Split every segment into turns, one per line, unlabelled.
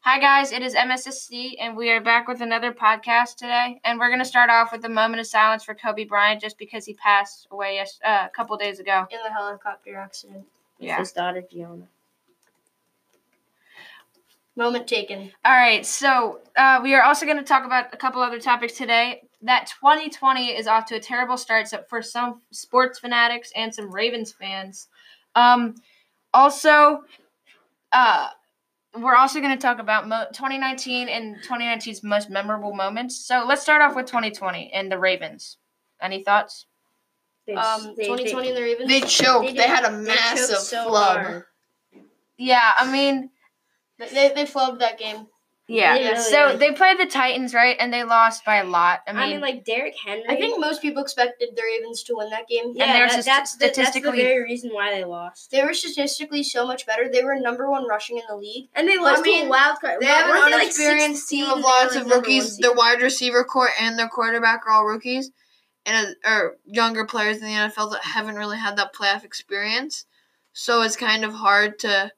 Hi, guys. It is MSSC, and we are back with another podcast today. And we're going to start off with a moment of silence for Kobe Bryant just because he passed away yes, uh, a couple days ago.
in the helicopter accident.
Yeah.
His daughter Gianna.
Moment taken.
All right. So uh, we are also going to talk about a couple other topics today. That 2020 is off to a terrible start so- for some sports fanatics and some Ravens fans. Um, also, uh, we're also going to talk about mo- 2019 and 2019's most memorable moments. So let's start off with 2020 and the Ravens. Any thoughts?
They,
Um,
they-
2020
they-
and the Ravens.
They choked.
They
oh, They,
did.
had a
they
massive
choked so
flub.
hard.
Yeah, I mean,
They, they, they flubbed that game.
yeah.
Literally.
So they played the Titans, right? And they lost by a lot. I
I
mean,
mean, like Derrick Henry.
I think most people expected the Ravens to win that game.
yeah,
And they're
that-
just
that's, the, that's the
statistically-
very reason why they lost.
They were statistically so much better. They were number one rushing in the league.
And they
lost
lost
to a mean,
a wild card.
They have an unexperienced team of lots of rookies. Their wide receiver core and their quarterback are all rookies, and uh, or younger players in the NFL that haven't really had that playoff experience. So it's kind of hard to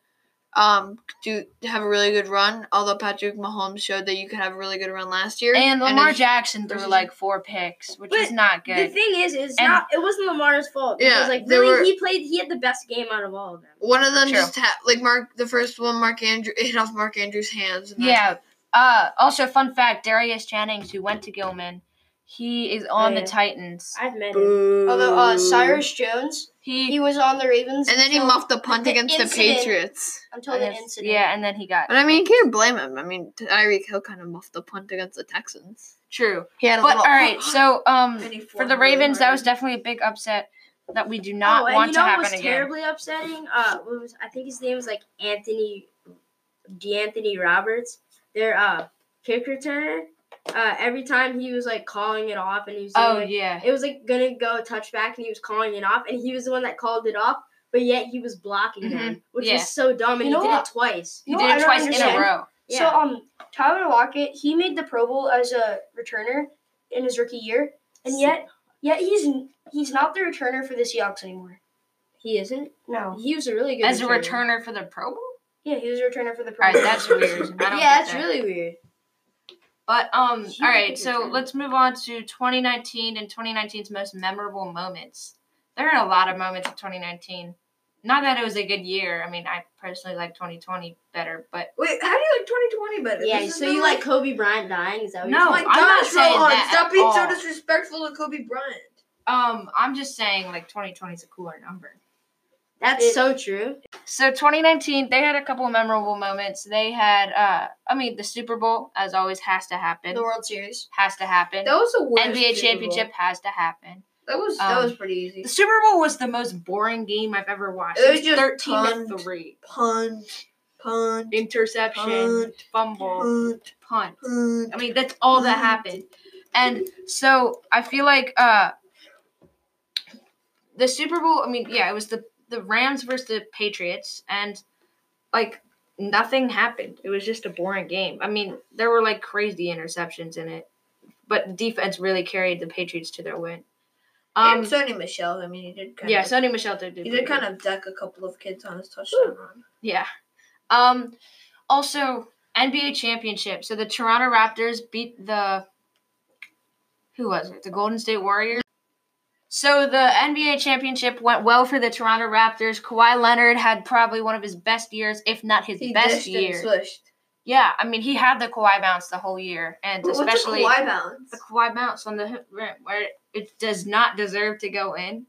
um do to have a really good run. Although Patrick Mahomes showed that you could have a really good run last year,
And Lamar
it's-
Jackson threw
versus-
like four picks, which
But
is not
The
good.
thing is, is
And-
not. It wasn't Lamar's fault.
Yeah,
because, like
they
really,
were-
he played. He had the best game out of all of them.
one of them
True.
just ha- like Mark the first one. Mark Andrew it hit off Mark Andrews' hands. and that's-
Yeah. Uh, also, fun fact: Darius Jennings, who went to Gilman, he is on
Oh, yeah.
the Titans.
I've met him.
Boo.
Although uh, Cyrus Jones, he
He,
was on the Ravens.
and then he
until-
muffed the punt
the
against the
incident.
Patriots.
until the
Yes,
incident.
yeah, and then he got
But I mean, you can't blame him. I mean, Tyreek Hill kind of muffed the punt against the Texans.
true.
He had a
But
little.
all right, so um,
And he
for the
flew
Ravens, that
over.
was definitely a big upset that we do not
oh, and
want
you know
to
what
happen
was
again.
terribly upsetting? Uh, what was, I think his name was like Anthony, D'Anthony Roberts. Their uh kick returner. Uh, every time he was like calling it off, and he was doing,
Oh
like,
yeah,
It was like gonna go touchback, and he was calling it off, and he was the one that called it off. But yet he was blocking them, which
Mm-hmm. Yeah.
was so dumb, and
You
he
know
did
what?
it twice.
he
You know
did
what
it
I don't
twice in
understand?
a row.
Yeah.
So um, Tyler Lockett, he made the Pro Bowl as a returner in his rookie year, and yet, yet he's he's not the returner for the Seahawks anymore.
he isn't.
No.
He was a really good
As a returner for the Pro Bowl.
Yeah, he was a returner for the Pro
All right,
Bowl.
that's weird. I don't
Yeah,
get
that's
that.
really weird.
But um,
He
all
did
right.
good
So
job.
let's move on to 2019 and 2019's most memorable moments. There are a lot of moments of 2019. Not that it was a good year. I mean, I personally like 2020 better, but
Wait, how do you like 2020 better?
Yeah, so you like Kobe Bryant dying? Is that what
No,
you're
Oh my I'm not gosh, saying Rohan, that stop at being so all.
disrespectful to Kobe Bryant.
um, I'm just saying like 2020 is a cooler number.
That's
It-
so true.
So 2019, they had a couple of memorable moments. They had, uh, I mean, the Super Bowl as always has to happen.
the World Series.
Has to happen.
That was the worst.
NBA
Super Bowl.
championship has to happen.
That was
um,
that was pretty easy.
The Super Bowl was the most boring game I've ever watched.
It was just
13 to
punt.
three.
Punt, punt,
Interception,
Punt.
fumble,
punt,
punt.
punt.
I mean, that's all that
Mm.
happened. And so I feel like uh the Super Bowl, I mean, yeah, it was the the Rams versus the Patriots and like nothing happened. It was just a boring game. I mean, there were like crazy interceptions in it, but the defense really carried the Patriots to their win. Um
and Sony Michelle. I mean, he did kind
yeah,
of.
Sonny Michelle did.
he did kind of deck a couple of kids on his touchdown run.
Yeah. Um also NBA championship. So the Toronto Raptors beat the who was it? The Golden State Warriors. So the NBA championship went well for the Toronto Raptors. Kawhi Leonard had probably one of his best years, if not his
He
best
dished and
year.
swished.
Yeah, I mean he had the Kawhi bounce the whole year, and
What's
especially
a Kawhi bounce?
the Kawhi bounce on the hoop rim where it does not deserve to go in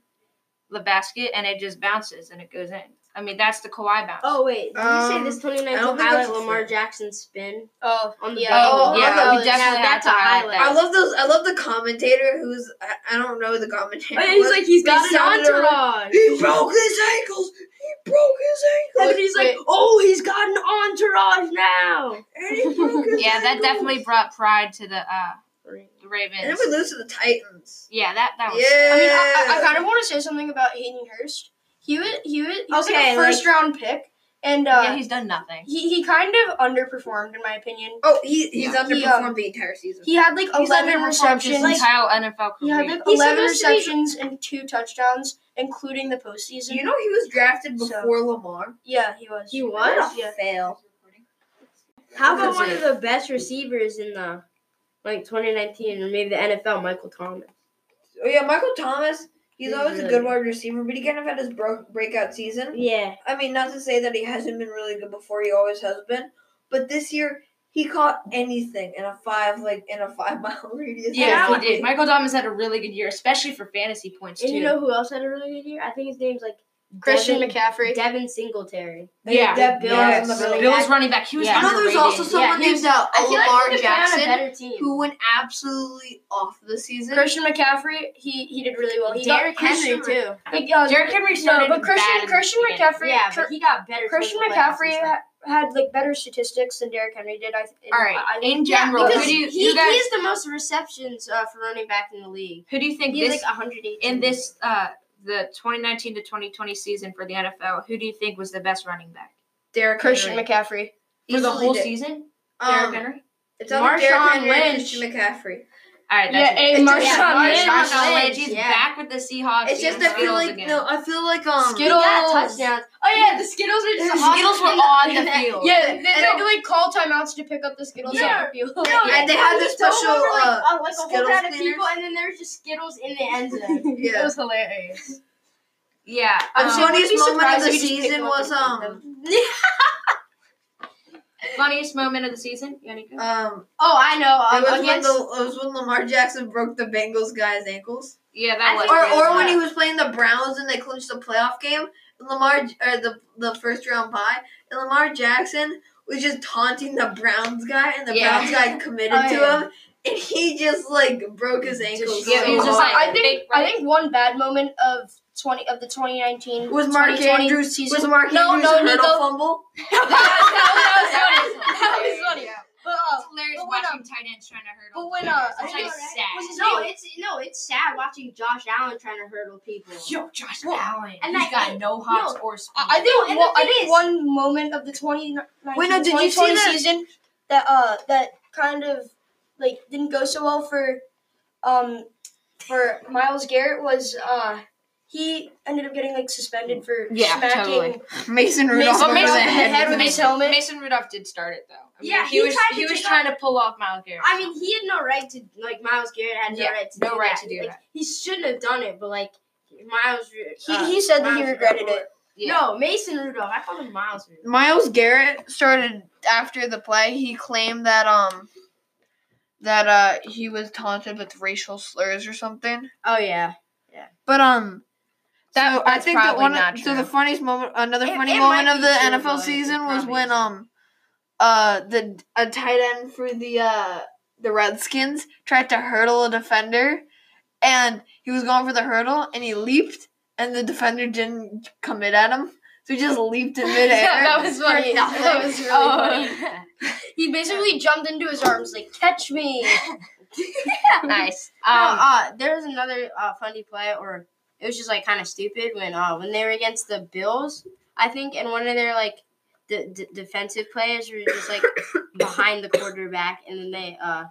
the basket, and it just bounces and it goes in. I mean that's the Kawhi bounce.
Oh wait, did you say
Um,
this
I don't
2019
think that's
highlight Lamar
fair.
Jackson spin
Oh,
on the
Yeah.
ball?
Oh, yeah,
Now
definitely
we
that's
have
a
to highlight
highlight.
that.
I love those. I love the commentator who's I, I don't know the commentator.
And Oh, he's
What-
like, he's got an
sounded around-
entourage.
He broke his ankles. He broke his
And
ankles.
then he's like, oh, he's got an entourage now.
and he broke his
yeah, that
ankles.
definitely brought pride to the uh, the Ravens.
And then we lose to the Titans.
yeah, that that was.
Yeah.
I mean, I, I, I kind of want to say something about Hayden Hurst. He was he was, he was like
Okay,
a first round pick, and uh,
yeah, he's done nothing.
he he kind of underperformed in my opinion.
oh, he he's
Yeah.
underperformed
He, um,
the entire season.
He had like
He's
eleven
underperformed his
receptions.
entire NFL
he
career.
had like
He's
eleven
supposed to be-
receptions and two touchdowns, including the postseason.
you know he was drafted
So-
before Lamar.
Yeah, he was.
He
What
was?
a
Yeah.
fail.
How about
That's
one
it.
of the best receivers in the like 2019 or maybe the NFL, Michael Thomas?
Oh yeah, Michael Thomas. He's
He's
always a
really
good
good.
wide receiver, but he kind of had his bro- breakout season.
Yeah.
I mean, not to say that he hasn't been really good before; he always has been. But this year, he caught anything in a five, like in a five mile radius.
Yeah, he
basically.
did. Michael Thomas had a really good year, especially for fantasy points too.
And you know who else had a really good year? I think his name's like
Christian
Devin,
McCaffrey.
Devin Singletary.
yeah,
That Bills
Yes.
on the
Bills.
really
Bill's running back. He was
Yeah.
I know there's
underrated.
also someone
yeah,
named uh,
I feel like
Lamar
he could've been on a
Jackson
better team.
who went absolutely off the season.
Christian McCaffrey, he he did really well. He
Derrick
got
Henry too.
Like, uh,
Derrick Henry
no,
started bad
but
in
Christian
the
Christian
beginning.
McCaffrey.
Yeah,
Tr-
but he got better.
Christian
towards the playoffs and
McCaffrey
stuff.
ha- had like better statistics than Derrick Henry did. I th- in-
All right.
I- I-
In
Yeah,
general,
because
who do you,
he,
you guys,
he has the most receptions uh, for running back in the league.
who do you think
He's
this
like 118
in this uh the 2019 to 2020 season for the NFL? Who do you think was the best running back
Derrick
Christian
Henry.
McCaffrey.
for the
Easily
whole
did.
season? Derrick
Um,
Henry.
it's on Derrick
Marshawn
Henry and
Lynch.
Christian McCaffrey.
All right,
Yeah,
that's it.
and
It's just-
Marshawn
Marshawn
Lynch.
Lynch,
Lynch,
He's
yeah.
back with the Seahawks.
it's just
and
I feel
Skittles
like
again.
no, I feel like um
He
Skittles.
got touchdowns. Oh yeah, the Skittles are
The
just
Skittles were on the field.
Yeah, they,
And
they, like call timeouts to pick up the Skittles.
Yeah.
off the field.
and they had this special uh,
like, a whole
Skittles
crowd of
cleaners.
people, and then there was just Skittles in the end zone.
It
yeah.
was hilarious.
Yeah,
The
um,
saying- wouldn't
funniest
be
moment of
surprised
the
if you just pick
season
one
was
of
um
funniest moment of the season. You got any good?
um
oh, I
it
know.
was
Um,
when
against,
the it was when Lamar Jackson broke the Bengals guy's ankles.
Yeah,
I
that was.
think
or
really
or when
bad.
he was playing the Browns and they clinched the playoff game, and Lamar or the the first round bye, and Lamar Jackson was just taunting the Browns guy, and the
Yeah.
Browns guy committed
Oh,
to
yeah.
him, and he just like broke his ankles.
Yeah, he was
so
just
hard.
like-
I think I think one bad moment of twenty of the 2019
was Mark
2020
Andrews
season.
was Mark
No,
Andrews
no,
a hurdle
Nico.
fumble?
that was- that was-
That was funny. But uh,
It's hilarious
But when,
watching tight ends trying to hurdle.
but when uh,
It's
I
like
think-
sad.
was his
no,
name?
it's no, it's sad watching Josh Allen trying to hurdle people.
Yo, Josh
Well,
Allen.
and
he's
that-
got no hops or speed.
I I
No,
think
and
one,
the
I
thing
think
is-
one moment of the 2019
Wait, no, did you see
2020
that-
season that uh that kind of like didn't go so well for um for Miles Garrett was uh he ended up getting like suspended for
Yeah,
smacking
totally.
Mason Rudolph.
But
Mason
over
Mason
the
Rudolph in the
head.
head with his helmet.
Mason Rudolph did start it though. I mean,
Yeah,
he,
he
was
tried to
he was
take
trying to pull off Miles Garrett.
I mean, he had no right to like Miles Garrett had no
Yeah,
right to
no
do
right
that.
to do
like,
that.
He shouldn't have done it, but like Miles. Ru-
He,
uh,
he said that he
Miles
regretted
Rudolph.
it.
Yeah.
No, Mason Rudolph. I called him Miles Rudolph.
Miles Garrett started after the play. He claimed that um that uh he was taunted with racial slurs or something.
Oh yeah.
But um,
That-
so I
that's
think that
probably
one. of-
not
So the
true.
funniest moment, another
It-
funny
it
moment
might
of
be
the
true, but
NFL
it
season was
probably
when
isn't.
um, uh, the a tight end for the uh the Redskins tried to hurdle a defender, and he was going for the hurdle, and he leaped, and the defender didn't commit at him, so he just leaped in midair.
yeah, that was funny.
nothing.
That was really funny.
oh,
He basically jumped into his arms like, "Catch me!"
nice.
Um,
Um,
uh, there was another uh, funny play, or it was just like kind of stupid when uh, when they were against the Bills, I think, and one of their like d- d- defensive players were just like behind the quarterback, and then they uh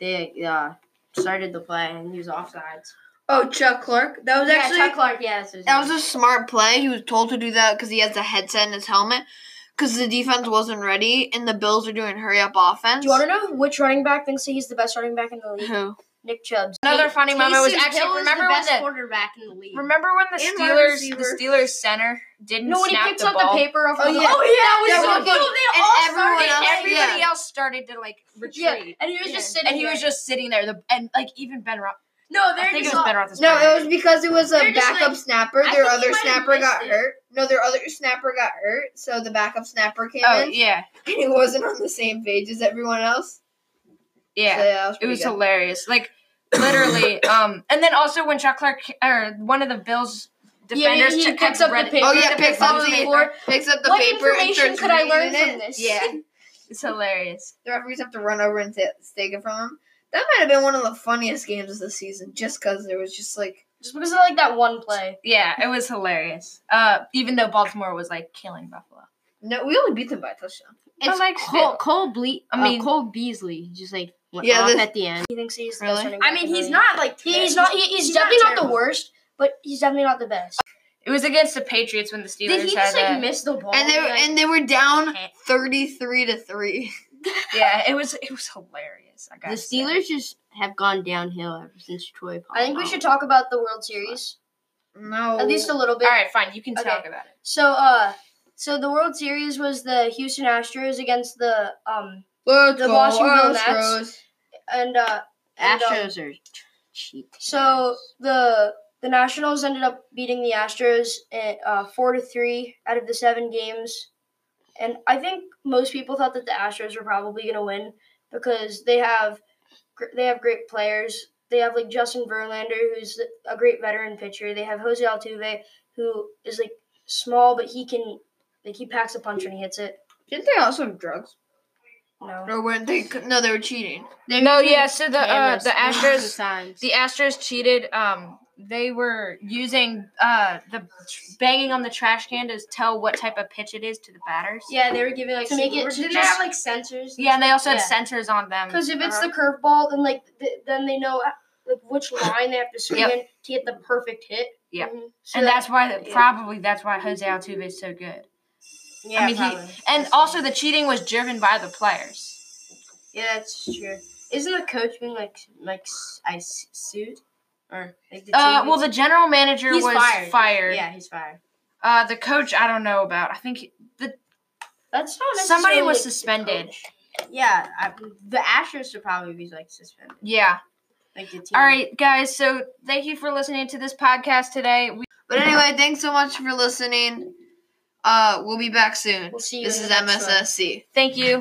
they uh started the play, and he was offsides.
Oh, Chuck Clark. That was actually
yeah, Chuck Clark. Yeah, that's what his
That
name
was a smart play. He was told to do that because he has the headset in his helmet. Because the defense wasn't ready, and the Bills are doing hurry up offense.
Do you want to know which running back thinks that he's the best running back in the league?
Oh,
Who?
Nick Chubb's.
another funny moment was actually
Hill is
remember
the
when
best
the
quarterback in the league.
remember when the
And wide
Steelers
receiver.
the Steelers center didn't
No, when he
snap
picks
the
up
ball.
the paper off.
Oh,
of the-
yeah.
that
was so
good.
And everyone
and
else,
everybody
yeah.
else started to like retreat.
and he was
Yeah.
just sitting.
And he was just sitting there, the, and like even Ben Roth.
no,
I
they're
think it
just
was
all-
Ben Roethlisberger.
No, it was because it was a
They're just
backup
like-
snapper.
I
Their
think he
other
might have
snapper got
missed it.
hurt. No, their other snapper got hurt, so the backup snapper came
Oh
in,
yeah,
and he wasn't on the same page as everyone else.
yeah.
So, yeah, that was
it
pretty
was
good.
hilarious. Like literally. um, and then also when Chuck Clark or one of the Bills
Yeah, yeah,
defenders
he
took-
picks
kept
up the
running-
paper,
Oh, yeah,
kept
picks
running
up the-
floor.
Picks up the
what
paper and
information
starts
could I
reading
learn
it.
from this?
Yeah, it's hilarious.
The referees have to run over and t- take it from him. That might have been one of the funniest games of the season, just because there was just like
Just because of like that one play.
Yeah, it was hilarious. Uh, even though Baltimore was like killing Buffalo.
No, we only beat them by a touchdown.
But,
It's
like,
Cole,
still.
Cole Ble-
I
I
mean-
mean, Cole Beasley just like went
Yeah,
uh, off
this-
at the end.
He thinks he's the
Really?
best running back
I mean,
in the
he's
league.
not like
He- He's not. He, he's, definitely not, the
terrible.
worst, but he's definitely not the best.
It was against the Patriots when the Steelers
Did he
had
just like
a-
miss the ball?
And they were
Like,
and they were down
eh.
thirty three to three.
yeah, it was it was hilarious. I
the
gotta say.
Steelers just have gone downhill ever since Troy.
I think we should talk about the World Series
Oh, No.
at least a little bit.
All right, fine. You can
Okay.
talk about it.
So, uh, so the World Series was the Houston Astros against the um
Let's
the
go,
Washington Nats.
Astros.
and uh and, um,
Astros are ch- cheating.
So the the Nationals ended up beating the Astros at, uh, four to three out of the seven games, and I think most people thought that the Astros were probably going to win because they have gr- they have great players. They have like Justin Verlander, who's a great veteran pitcher. They have Jose Altuve, who is like small, but he can like he packs a punch when he hits it.
Didn't they also have drugs?
No,
Or weren't they? No, they were cheating.
They're
No,
using
yeah. So the uh,
cameras
the
lots of
Astros
times.
the Astros cheated. Um, they were using uh the tr- banging on the trash can to tell what type of pitch it is to the batters.
yeah, they were giving like
To make it-
were-
to
didn't they
just-
have like sensors?
Yeah, and they also had
Yeah.
sensors on them.
because if it's
Uh-huh.
the curveball, then like th- then they know uh, like which line they have to swing
Yep.
in to get the perfect hit.
Yep.
Mm-hmm.
Mhm. So
and
that-
that's why
yeah.
probably that's why Jose Altuve is so good.
yeah,
I mean, he-
probably.
And also the cheating was driven by the players.
yeah, that's true. Isn't the coach being like like s- I s- sued or like the
Uh,
team
well,
is-
the general manager
He's
was
fired.
fired.
yeah, he's fired.
Uh, the coach, I don't know about. I think he-
That's not necessarily
somebody was
like, the
suspended.
coach.
Yeah, I, the Astros should probably be like suspended,
Yeah.
like the team.
All right, guys. So thank you for listening to this podcast today. We-
But anyway, thanks so much for listening. Uh, we'll be back soon.
We'll see you.
This
in
is
the next one.
MSSC.
thank you.